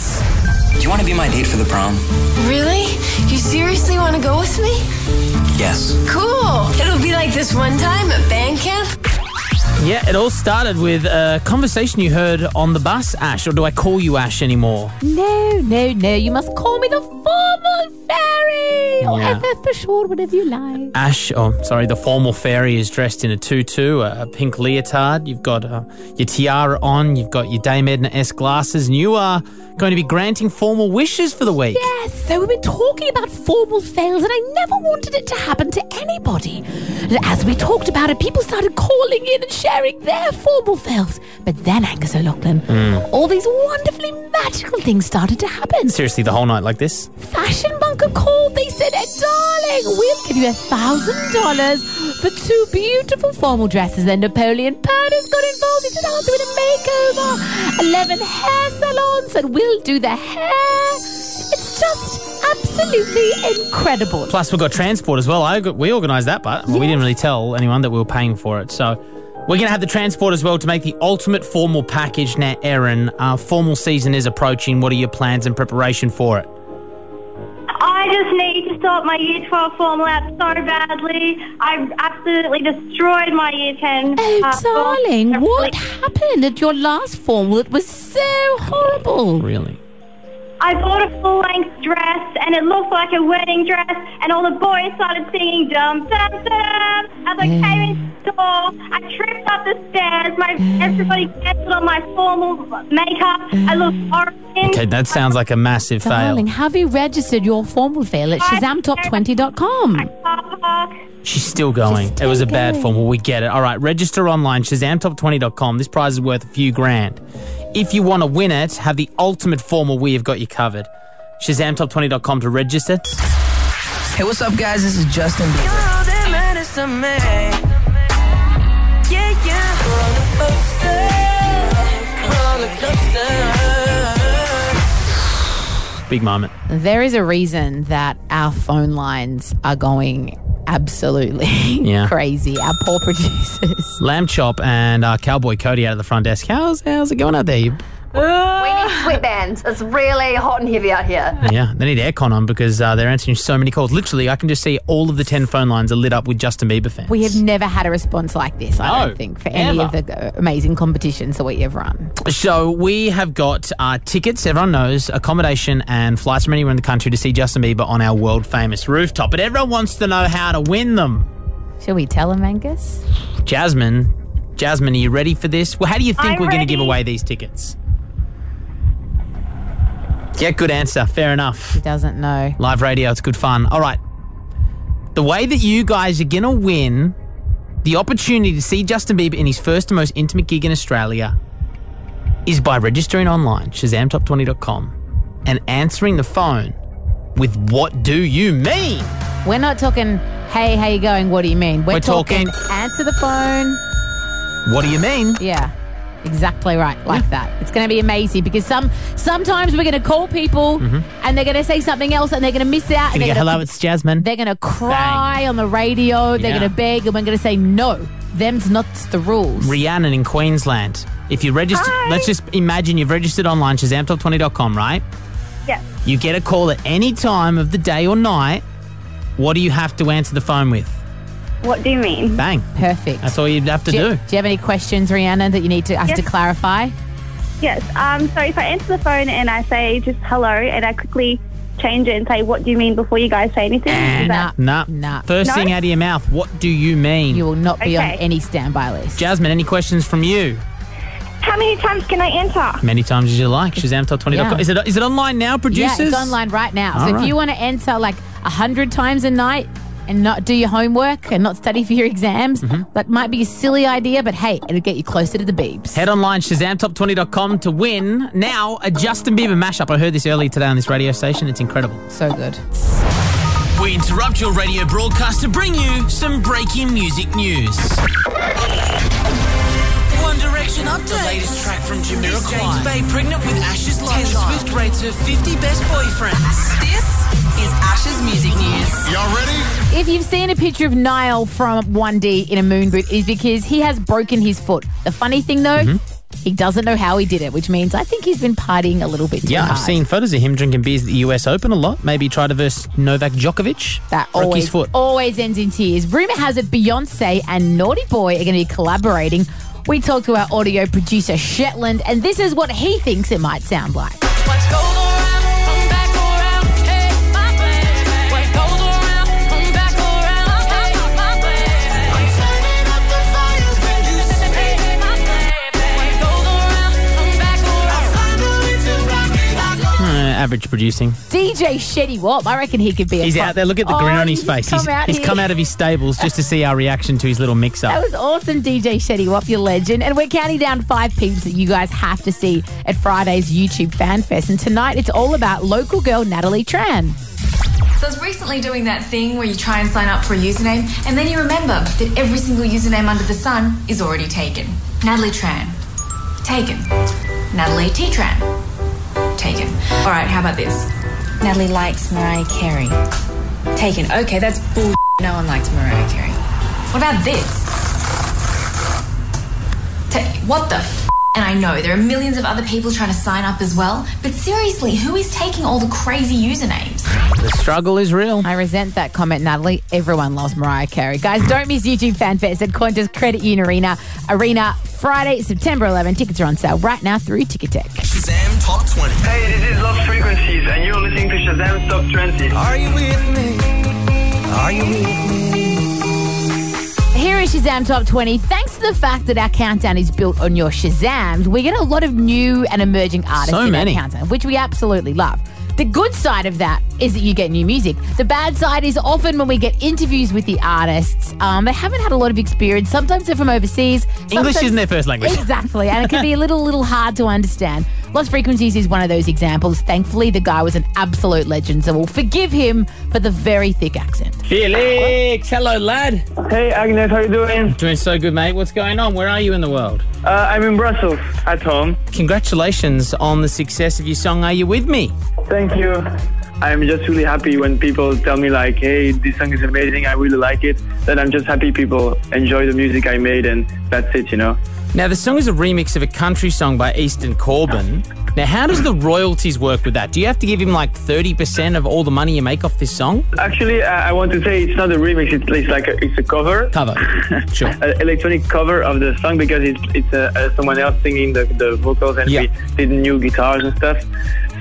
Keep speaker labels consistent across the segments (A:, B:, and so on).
A: Do you want to be my date for the prom?
B: Really? You seriously want to go with me?
A: Yes.
B: Cool. It'll be like this one time at band camp.
C: Yeah, it all started with a conversation you heard on the bus, Ash, or do I call you Ash anymore?
D: No, no, no. You must call me the formal fairy or
C: Yeah.
D: FF for short, whatever you like.
C: Ash, oh, sorry, the formal fairy is dressed in a tutu, a, a pink leotard. You've got uh, your tiara on, you've got your Dame Edna S glasses, and you are going to be granting formal wishes for the week.
D: Yes, so we've been talking about formal fails, and I never wanted it to happen to anybody. And as we talked about it, people started calling in and sharing their formal fails. But then, Angus O'Loughlin, all these wonderfully magical things started to happen.
C: Seriously, the whole night like this?
D: Fashion Bunker called. They said, "Eh, darling, we'll give you a thousand dollars for two beautiful formal dresses. Then Napoleon Pernod got involved. He said, I'll do a makeover. Eleven hair salons said, we'll do the hair. It's just absolutely incredible.
C: Plus, we've got transport as well. I, we organised that, but well, we didn't really tell anyone that we were paying for it. So we're going to have the transport as well to make the ultimate formal package. Now, Erin, our formal season is approaching. What are your plans and preparation for it?
E: I just need to sort my Year 12 formal out so badly. I've absolutely destroyed my Year 10. uh,
D: Oh,
E: form.
D: darling,
E: I've
D: what
E: really-
D: happened at your last formal? It was so horrible.
C: Really?
E: I bought a full-length dress, and it looked like a wedding dress, and all the boys started singing dum dum dum. As I
D: Yeah.
E: came in the door, I tripped up the stairs. My everybody cancelled on my formal makeup. I looked orange.
C: Okay, that sounds like a massive
D: Darling,
C: fail.
D: have you registered your formal fail at shazamtop20.com?
E: Car park.
C: She's still going.
D: She's
C: it was a
D: still
C: bad
D: going.
C: formal. We get it. All right, register online, shazamtop20.com. This prize is worth a few grand. If you want to win it, have the ultimate formal. We have got you covered. Shazamtop20.com to register.
A: Hey, what's up, guys? This is Justin Bieber.
C: Big moment.
D: There is a reason that our phone lines are going absolutely
C: Yeah.
D: crazy. Our poor producers.
C: Lamb Chop and uh, Cowboy Cody out of the front desk. How's how's it going out there? You,
F: We need sweatbands. It's really hot and heavy out here.
C: yeah, they need aircon on because uh, they're answering so many calls. Literally, I can just see all of the ten phone lines are lit up with Justin Bieber fans.
D: We have never had a response like this, I
C: No,
D: don't think, for any
C: ever.
D: of the uh, amazing competitions that we have run.
C: So we have got uh, tickets. Everyone knows accommodation and flights from anywhere in the country to see Justin Bieber on our world famous rooftop. But everyone wants to know how to win them.
D: Shall we tell them, Angus?
C: Jasmine, Jasmine, are you ready for this? Well, how do you think
E: I'm
C: we're going to give
E: ready.
C: away these tickets? Yeah, good answer. Fair enough.
D: He doesn't know.
C: Live radio, it's good fun. All right. The way that you guys are going to win the opportunity to see Justin Bieber in his first and most intimate gig in Australia is by registering online, shazamtop20.com, and answering the phone with What Do You Mean?
D: We're not talking, hey, how you going? What do you mean? We're,
C: We're talking-
D: answer the phone.
C: What do you mean?
D: Yeah. Exactly right, like that. It's going to be amazing because some sometimes we're going to call people
C: Mm-hmm.
D: and they're going to say something else and they're going to miss out. and
C: Gonna
D: they're
C: go,
D: gonna-
C: Hello, it's Jasmine.
D: They're going to cry on the radio. They're
C: Yeah.
D: going to beg, and we're going to say, no, them's not the rules.
C: Rhiannon in Queensland. If you register, let's just imagine you've registered online, shazamtop20.com, right?
E: Yes.
C: You get a call at any time of the day or night. What do you have to answer the phone with?
E: What do you mean?
C: Bang.
D: Perfect.
C: That's all you'd have to
D: do, you,
C: do.
D: do you have any questions, Rhiannon, that you need to us
E: Yes.
D: to clarify?
E: Yes. Um, so if I answer the phone and I say just hello, and I quickly change it and say, "What do you mean?" before you guys say anything, is
D: Eh, Nah.
E: that,
C: Nah.
D: Nah.
C: First
E: No?
C: thing out of your mouth, what do you mean?
D: You will not be on
E: Okay.
D: any standby list.
C: Jasmine, any questions from you?
E: how many times can I enter?
C: Many times as you like. Shazamtop20.com.
D: Yeah.
C: Is, it, is it online now,
D: yeah,
C: producers?
D: it's online right now.
C: All
D: so
C: right.
D: if you want to answer like a hundred times a night and not do your homework and not study for your exams,
C: Mm-hmm.
D: that might be a silly idea, but hey, it'll get you closer to the beebs.
C: Head online, shazamtop20.com to win now a Justin Bieber mashup. I heard this earlier today on this radio station. It's incredible.
D: so good.
C: We interrupt your radio broadcast to bring you some breaking music news. One Direction update. The latest track from Jamiroquai. James Bay pregnant with Ash's life. Taylor Swift rates her 50 best boyfriends.
G: This is Ash's Music News.
H: Y'all ready?
D: If you've seen a picture of Niall from 1D in a moon boot, is because he has broken his foot. The funny thing though,
C: Mm-hmm.
D: He doesn't know how he did it, which means I think he's been partying a little bit too
C: Yeah,
D: hard.
C: I've seen photos of him drinking beers at the US Open a lot. Maybe try to verse Novak Djokovic.
D: that
C: Broke his
D: always
C: foot.
D: always ends in tears. Rumor has it Beyonce and Naughty Boy are going to be collaborating. We talked to our audio producer Shetland, and this is what he thinks it might sound like.
G: What goes around, come back around. Hey, my baby. What goes around, come back around. Hey, my baby. I'm turning up the volume when you say, hey, my baby. What goes around, come back around. I find a way to rock it. I go
C: Uh, average producing.
D: DJ Shetty Wop, I reckon he could be. A
C: He's
D: pop-
C: out there. Look at the
D: Oh,
C: grin on his
D: he's
C: face.
D: Come
C: he's
D: out
C: he's
D: here.
C: come out of his stables just to see our reaction to his little mix
D: That
C: up.
D: was awesome, DJ Shetty Wop, your legend. And we're counting down five peeps that you guys have to see at Friday's YouTube Fan Fest. And tonight it's all about local girl Natalie Tran.
H: So I was recently doing that thing where you try and sign up for a username and then you remember that every single username under the sun is already taken. Natalie Tran. Taken. Natalie T Tran. Taken. Alright, how about this? Natalie likes Mariah Carey. Taken. Okay, that's bull. No one likes Mariah Carey. What about this? Ta- what the f? And I know there are millions of other people trying to sign up as well, but seriously, who is taking all the crazy usernames?
C: The struggle is real.
D: I resent that comment, Natalie. Everyone loves Mariah Carey. Guys, don't miss YouTube Fan Fest at Qantas Credit Union Arena. Arena, Friday, September 11. Tickets are on sale right now through Ticketek.
I: Shazam Top 20.
J: Hey, this is Lost Frequencies, and you're listening to Shazam Top 20.
I: Are you with me? Are you with me?
D: Here is Shazam Top 20. Thanks to the fact that our countdown is built on your Shazams, we get a lot of new and emerging artists
C: So
D: in
C: many.
D: our countdown, which we absolutely love. The good side of that is that you get new music. The bad side is often when we get interviews with the artists, um, they haven't had a lot of experience. Sometimes they're from overseas.
C: English
D: sometimes-
C: isn't their first language.
D: Exactly, and it can be a little, little hard to understand. Lost Frequencies is one of those examples. Thankfully, the guy was an absolute legend, so we'll forgive him for the very thick accent.
C: Felix, hello, lad.
J: Hey, Agnes, how you doing?
C: Doing so good, mate. What's going on? Where are you in the world?
J: Uh, I'm in Brussels, at home.
C: Congratulations on the success of your song Are You With Me?
J: Thank you. I'm just really happy when people tell me like, hey, this song is amazing, I really like it. Then I'm just happy people enjoy the music I made, and that's it, you know.
C: Now, the song is a remix of a country song by Easton Corbin. Now, how does the royalties work with that? Do you have to give him like 30% of all the money you make off this song?
J: Actually, I, I want to say it's not a remix; it's, it's like a, it's a cover,
C: Cover. Sure.
J: an electronic cover of the song because it's it's uh, uh, someone else singing the, the vocals and
C: Yeah.
J: we did new guitars and stuff.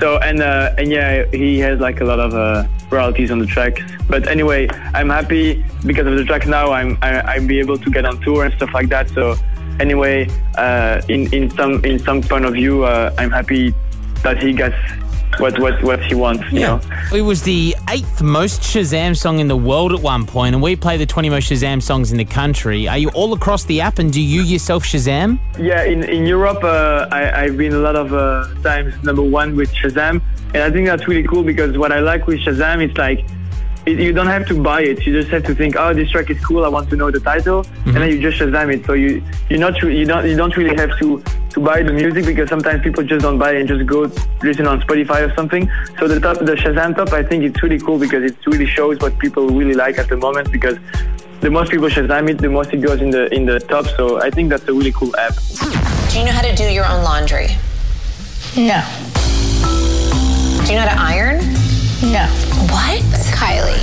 J: So and uh, and yeah, he has like a lot of uh, royalties on the track. But anyway, I'm happy because of the track now. I'm I, I'm be able to get on tour and stuff like that. So anyway, uh, in in some in some point of view, uh, I'm happy that he gets what what what he wants. You know.
C: It was the eighth most Shazam song in the world at one point, and we play the 20 most Shazam songs in the country. Are you all across the app, and do you yourself Shazam?
J: Yeah, in, in Europe, uh, I, I've been a lot of uh, times number one with Shazam. And I think that's really cool because what I like with Shazam is like, it, you don't have to buy it. You just have to think, oh, this track is cool. I want to know the title, and then you just Shazam it. So you you're not re- you don't you don't really have to to buy the music because sometimes people just don't buy it and just go listen on Spotify or something. So the top the Shazam top, I think it's really cool because it really shows what people really like at the moment because. The most people Shazam it, the most it goes in the in the top. So I think that's a really cool app.
G: Do you know how to do your own laundry? No. Do you know how to iron? No. What? Kylie.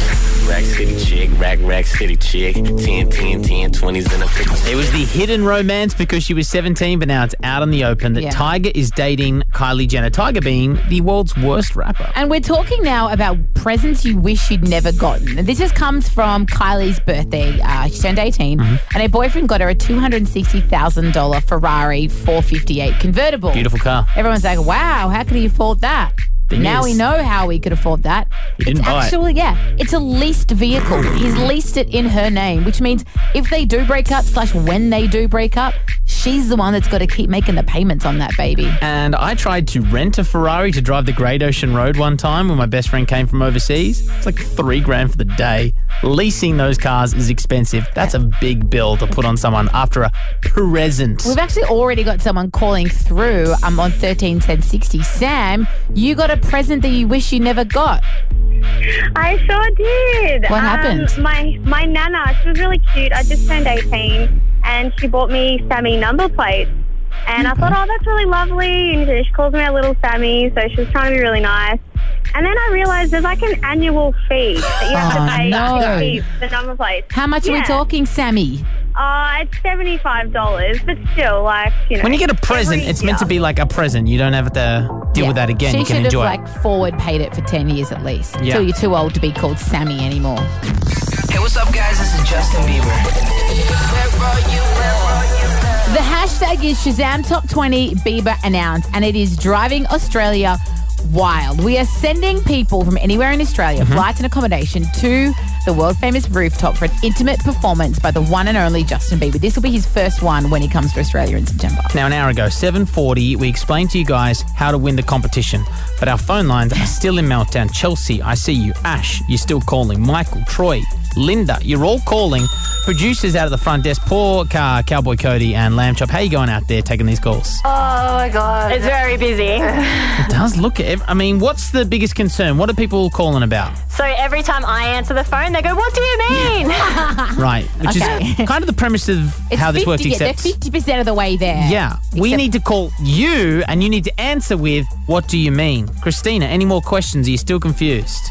I: Rack City Chick, Rack Rack City Chick. 10, 10, 10, 20s in a 50.
C: It was the hidden romance because she was 17, but now it's out in the open that
D: Yeah.
C: Tiger is dating Kylie Jenner. Tiger being the world's worst rapper.
D: And we're talking now about presents you wish you'd never gotten. And This just comes from Kylie's birthday. Uh, she turned 18,
C: Mm-hmm.
D: and her boyfriend got her a $260,000 Ferrari 458 convertible.
C: Beautiful car.
D: Everyone's like, wow, how could he afford that?
C: Thing
D: now
C: is-
D: we know how he could afford that.
C: didn't
D: it's
C: buy it.
D: actually, yeah, it's a leased vehicle. He's leased it in her name, which means if they do break up, slash when they do break up, she's the one that's got to keep making the payments on that baby.
C: And I tried to rent a Ferrari to drive the Great Ocean Road one time when my best friend came from overseas. It's like three grand for the day. Leasing those cars is expensive. That's a big bill to put on someone after a present.
D: We've actually already got someone calling through um, on 131060. Sam, you got a present that you wish you never got.
E: I sure did. Um,
D: What happened?
E: My my nana, she was really cute. I just turned eighteen, and she bought me Sammy number plates. And I thought, oh, that's really lovely. And she calls me a little Sammy, so she was trying to be really nice. And then I realised there's like an annual fee that you have
D: Oh,
E: to pay
D: no.
E: to keep the number plate.
D: How much are we
E: Yeah.
D: talking, Sammy?
E: Uh, it's seventy-five dollars, but still, like you know.
C: When you get a present,
E: every
C: it's meant to
E: year.
C: be like a present. You don't have to deal with that again.
D: She
C: you can
D: should
C: enjoy
D: have
C: it.
D: like forward paid it for ten years at least.
C: Yeah.
D: Till you're too old to be called Sammy anymore.
A: Hey, what's up, guys? This is Justin Bieber.
D: The hashtag is Shazam Top 20 Bieber announced, and it is driving Australia wild. We are sending people from anywhere in Australia,
C: Mm-hmm.
D: flights and accommodation, to the world famous rooftop for an intimate performance by the one and only Justin Bieber. This will be his first one when he comes to Australia in September.
C: Now, an hour ago, 7.40, we explained to you guys how to win the competition. But our phone lines are still in meltdown. Chelsea, I see you. Ash, you're still calling. Michael, Troy, Linda, you're all calling. Producers out of the front desk, poor car, Cowboy Cody and Lamb Chop. How you going out there taking these calls?
F: Oh my god.
K: It's very busy.
C: It does look... ev- I mean, what's the biggest concern? What are people calling about?
K: So every time I answer the phone, they go, What do you mean?
C: Right, which
D: Okay.
C: is kind of the premise of
D: It's
C: how this
D: 50,
C: works,
D: yeah,
C: except...
D: they're 50% of the way there.
C: Yeah, we need to call you and you need to answer with, what do you mean? Christina, any more questions? Are you still confused?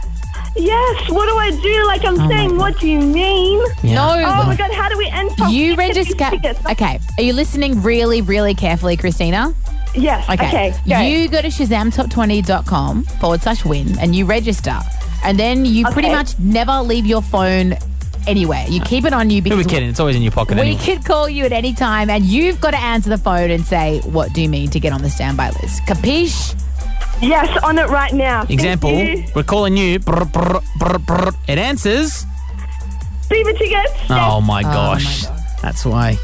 E: Yes. What do I do? Like I'm
C: Oh my
E: saying, what do you mean?
C: Yeah.
D: No.
E: Oh my god! How do we end? something?
D: You
E: Get these
D: register.
E: Oh, tickets.
D: Okay. Are you listening really, really carefully, Christina?
E: Yes. Okay. go.
D: You go to shazamtop20.com forward slash win and you register. And then you pretty
E: Okay.
D: much never leave your phone anywhere. You keep it on you
C: Who are we
D: because
C: kidding? It's always in your pocket
D: we
C: anyway.
D: could call you at any time and you've got to answer the phone and say, What do you mean to get on the standby list? Capiche?
E: Yes, on it right now. Thank
C: Example,
E: you.
C: we're calling you. Brr, brr, brr, brr. It answers.
E: Beaver tickets.
C: Oh my gosh. That's why.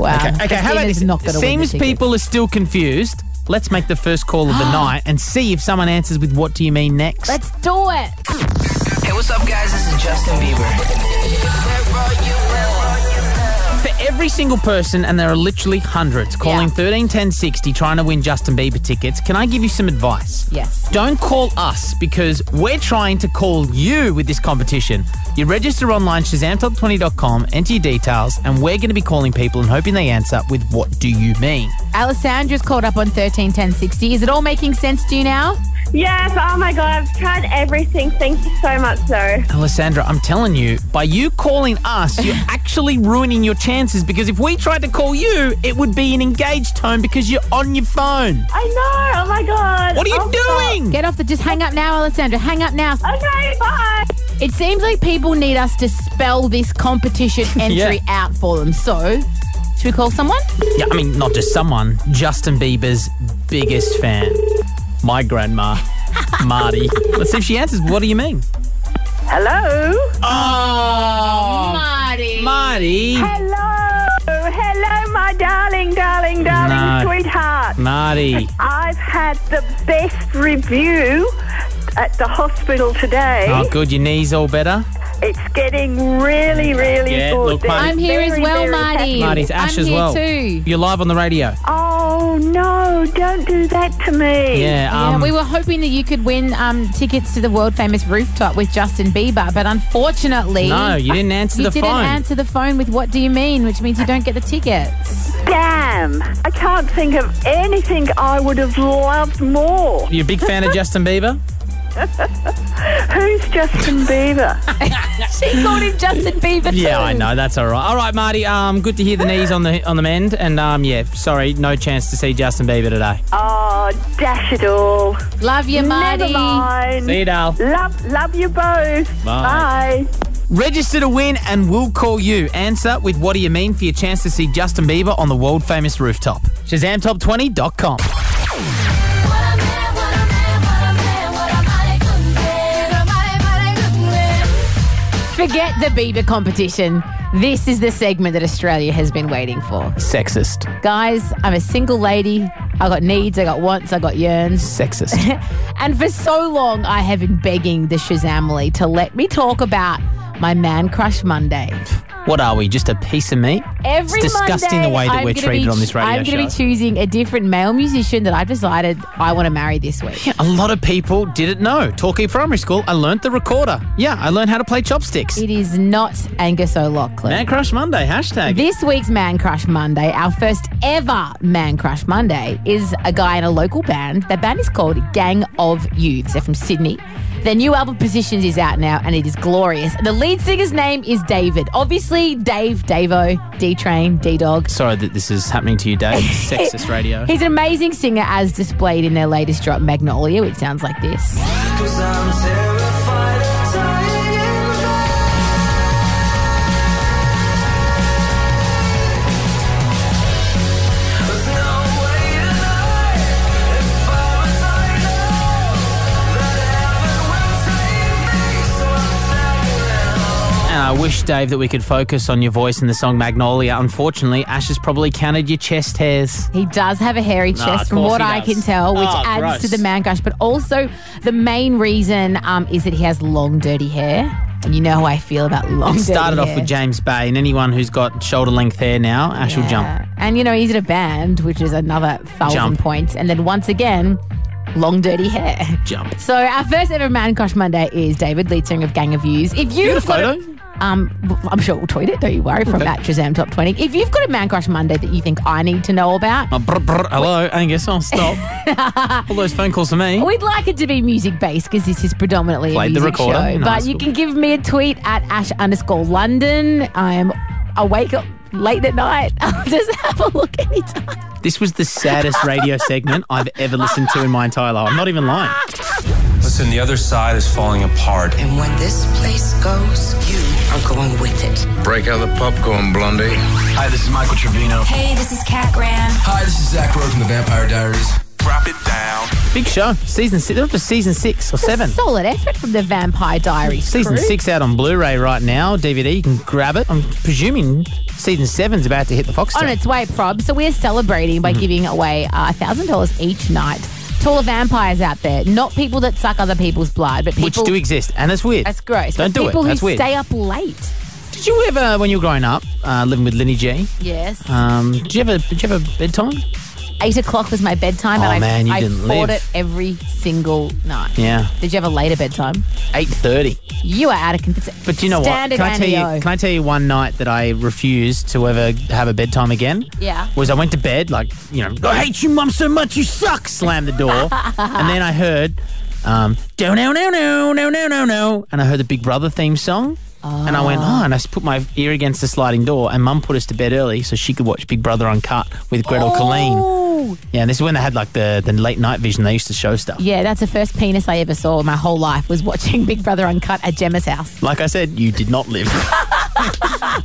D: Wow.
C: Okay, okay how about
D: Um, Christina's
C: this?
D: not gonna win the
C: Seems
D: tickets.
C: people are still confused. Let's make the first call of the night and see if someone answers with what do you mean next.
D: Let's do it.
A: Hey, what's up, guys? This is Justin Bieber.
C: For every single person, and there are literally hundreds, calling thirteen ten sixty trying to win Justin Bieber tickets, can I give you some advice?
D: Yes.
C: Don't call us because we're trying to call you with this competition. You register online, shazamtop20.com, enter your details, and we're going to be calling people and hoping they answer with what do you mean?
D: Alessandra's called up on 131060. Is it all making sense to you now?
E: Yes. Oh my god! I've tried everything. Thank you so much, though.
C: Alessandra, I'm telling you, by you calling us, you're actually ruining your chances because if we tried to call you, it would be an engaged tone because you're on your phone.
E: I know. Oh my god.
C: What are you
E: Oh,
C: doing?
D: Get off the. Just hang up now, Alessandra. Hang up now.
E: God. Okay. Bye.
D: It seems like people need us to spell this competition entry out for them. So, should we call someone?
C: Yeah, I mean, not just someone, Justin Bieber's biggest fan. My grandma, Marty. Let's see if she answers. What do you mean?
E: Hello.
C: Oh,
D: Marty.
C: Marty.
E: Hello. Hello, my darling, darling,
C: No.
E: darling, sweetheart.
C: Marty.
E: I've had the best review at the hospital today.
C: Oh, good. Your knee's all better.
E: It's getting really, really
C: Yeah,
E: good.
C: look, Marty.
D: I'm here as
E: Very,
D: well,
E: very
D: Marty.
C: Marty's Ash
D: I'm
C: as
D: here
C: well.
D: too.
C: You're live on the radio.
E: Oh no! Don't do that to me.
C: Yeah.
D: Yeah,
C: Um,
D: we were hoping that you could win um, tickets to the world famous rooftop with Justin Bieber, but unfortunately,
C: no, you didn't answer
D: you
C: the
D: didn't
C: phone.
D: answer the phone with "What do you mean?" which means you don't get the tickets.
E: Damn! I can't think of anything I would have loved more.
C: You're a big fan of Justin Bieber?
E: Who's Justin Bieber?
D: she called him Justin Bieber. Too.
C: Yeah, I know. That's all right. All right, Marty. Um, good to hear the knees on the on the mend. And um, yeah, sorry, no chance to see Justin Bieber today.
E: Oh, dash it all!
D: Love you, Marty.
E: Never mind.
C: See you, Dal.
E: Love, love you both.
C: Bye.
E: Bye.
C: Register to win, and we'll call you. Answer with what do you mean for your chance to see Justin Bieber on the world famous rooftop. ShazamTop20.com.
D: Forget the Bieber competition. This is the segment that Australia has been waiting for.
C: Sexist.
D: Guys, I'm a single lady. I got needs, I got wants, I got yearns.
C: Sexist.
D: And for so long, I have been begging the Shazamily to let me talk about my man crush Monday.
C: What are we? Just a piece of meat?
D: Every
C: it's disgusting
D: Monday,
C: the way that
D: I'm
C: we're
D: gonna
C: treated
D: be-
C: on this radio
D: I'm
C: show.
D: to be choosing a different male musician that I've decided I want to marry this week.
C: a lot of people didn't know. Torquay Primary School, I learnt the recorder. Yeah, I learned how to play chopsticks.
D: It is not Angus O'Loughlin.
C: Man Crush Monday, hashtag.
D: This week's Man Crush Monday, our first ever Man Crush Monday, is a guy in a local band. That band is called Gang of Youths. They're from Sydney. Their new album Positions is out now and it is glorious. The lead singer's name is David. Obviously, Dave, Davo, D Train, D Dog.
C: Sorry that this is happening to you, Dave. Sexist radio.
D: He's an amazing singer as displayed in their latest drop, Magnolia, which sounds like this.
G: Cause I'm terrified of dying in vain. There's no way in life, as far as I know, that heaven will take me. So I'm standing alone.
C: And I wish, Dave, that we could focus on your voice in the song Magnolia. Unfortunately, Ash has probably counted your chest hairs.
D: He does have a hairy
C: Nah,
D: chest,
C: of
D: from
C: course
D: what
C: he
D: I
C: does.
D: can tell, which
C: Oh,
D: adds to
C: gross.
D: the man crush. But also, the main reason um, is that he has long, dirty hair. And you know how I feel about long,
C: It started
D: dirty
C: off
D: hair.
C: with James Bay, and anyone who's got shoulder length hair now, Ash will jump.
D: And you know, he's in a band, which is another thousand
C: Jump.
D: points. And then once again, long, dirty hair.
C: Jump.
D: So our first ever Man Crush Monday is David lead singer of Gang of Views. If
C: You
D: you've
C: got a
D: got
C: photo?
D: A, um, w- I'm sure we'll tweet it. Don't you worry. From
C: Okay.
D: at Shazam Top 20. If you've got a Man Crush Monday that you think I need to know about,
C: Oh, brr, brr, hello, Angus. Oh, stop. All those phone calls to me.
D: We'd like it to be music based because this is predominantly
C: Played the
D: a music
C: recorder
D: show.
C: in high
D: But you
C: school.
D: can give me a tweet at ash underscore London. I am awake late at night. I'll just have a look anytime.
C: This was the saddest radio segment I've ever listened to in my entire life. I'm not even lying.
L: Listen, the other side is falling apart.
M: And when this place goes, you are going with it.
L: Break out the popcorn, Blondie. Hi, this is Michael Trevino.
N: Hey, this is Kat Graham.
L: Hi, this is Zach Rowe from the Vampire Diaries. Drop it down.
C: Big show. Season six. They're up to season six or seven.
D: Solid effort from the Vampire Diaries.
C: Season
D: crew.
C: six out on Blu-ray right now. DVD, you can grab it. I'm presuming season seven's about to hit the Fox.
D: on its way, prob. So we're celebrating
C: Mm-hmm.
D: by giving away uh, $1,000 each night to all the vampires out there. Not people that suck other people's blood, but people.
C: which do exist, and it's weird.
D: That's gross.
C: Don't
D: but
C: do
D: people
C: it. That's
D: who
C: weird.
D: stay up late.
C: Did you ever, when you were growing up, uh, living with Linny G?
D: Yes.
C: Um, did you ever? Did you have a bedtime?
D: Eight o'clock was my bedtime,
C: Oh,
D: and I,
C: man, you
D: I
C: didn't
D: fought
C: live.
D: it every single night.
C: Yeah.
D: Did you have a later bedtime?
C: Eight thirty.
D: You are out of control.
C: But do you know
D: Standard
C: what? Can I tell
D: NEO.
C: you? Can I tell you one night that I refused to ever have a bedtime again?
D: Yeah.
C: Was I went to bed like you know I hate you, mum, so much you suck. Slammed the door, and then I heard, um, no no no no no no no no, and I heard the Big Brother theme song. And I went, oh, and I s- put my ear against the sliding door, and Mum put us to bed early so she could watch Big Brother Uncut with Gretel Colleen. Yeah, and this is when they had like the, the late night vision. They used to show stuff.
D: Yeah, that's the first penis I ever saw in my whole life was watching Big Brother Uncut at Gemma's house.
C: Like I said, you did not live.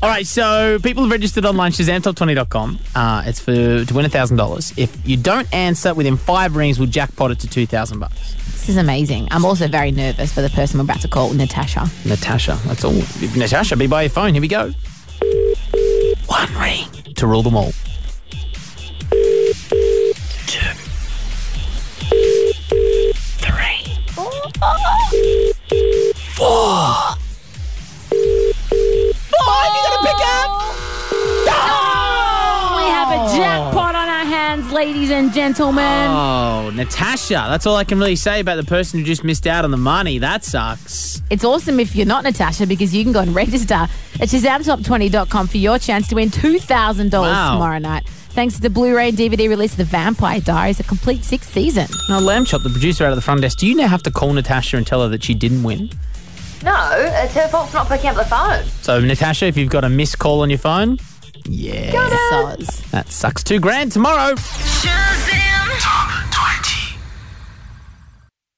C: All right, so people have registered online, shazamtop20.com. Uh, it's for to win $1,000. If you don't answer within five rings, we'll jackpot it to 2000 bucks.
D: This is amazing. I'm also very nervous for the person we're about to call, Natasha.
C: Natasha, that's all. If Natasha, be by your phone. Here we go. One ring to rule them all.
G: Four.
D: Five, you gotta pick up. We have a jackpot on our hands, ladies and gentlemen.
C: Oh, Natasha, that's all I can really say about the person who just missed out on the money. That sucks.
D: It's awesome if you're not Natasha because you can go and register at shazamtop20.com for your chance to win $2,000
C: Wow.
D: tomorrow night. Thanks to the Blu-ray and DVD release of The Vampire Diaries, a complete sixth season.
C: Now, Lamb Chop, the producer out of the front desk, do you now have to call Natasha and tell her that she didn't win?
F: No, it's her fault for not picking up the phone.
C: So, Natasha, if you've got a missed call on your phone, yeah.
F: Got
D: it.
C: That sucks. Two grand tomorrow.
G: Shazam.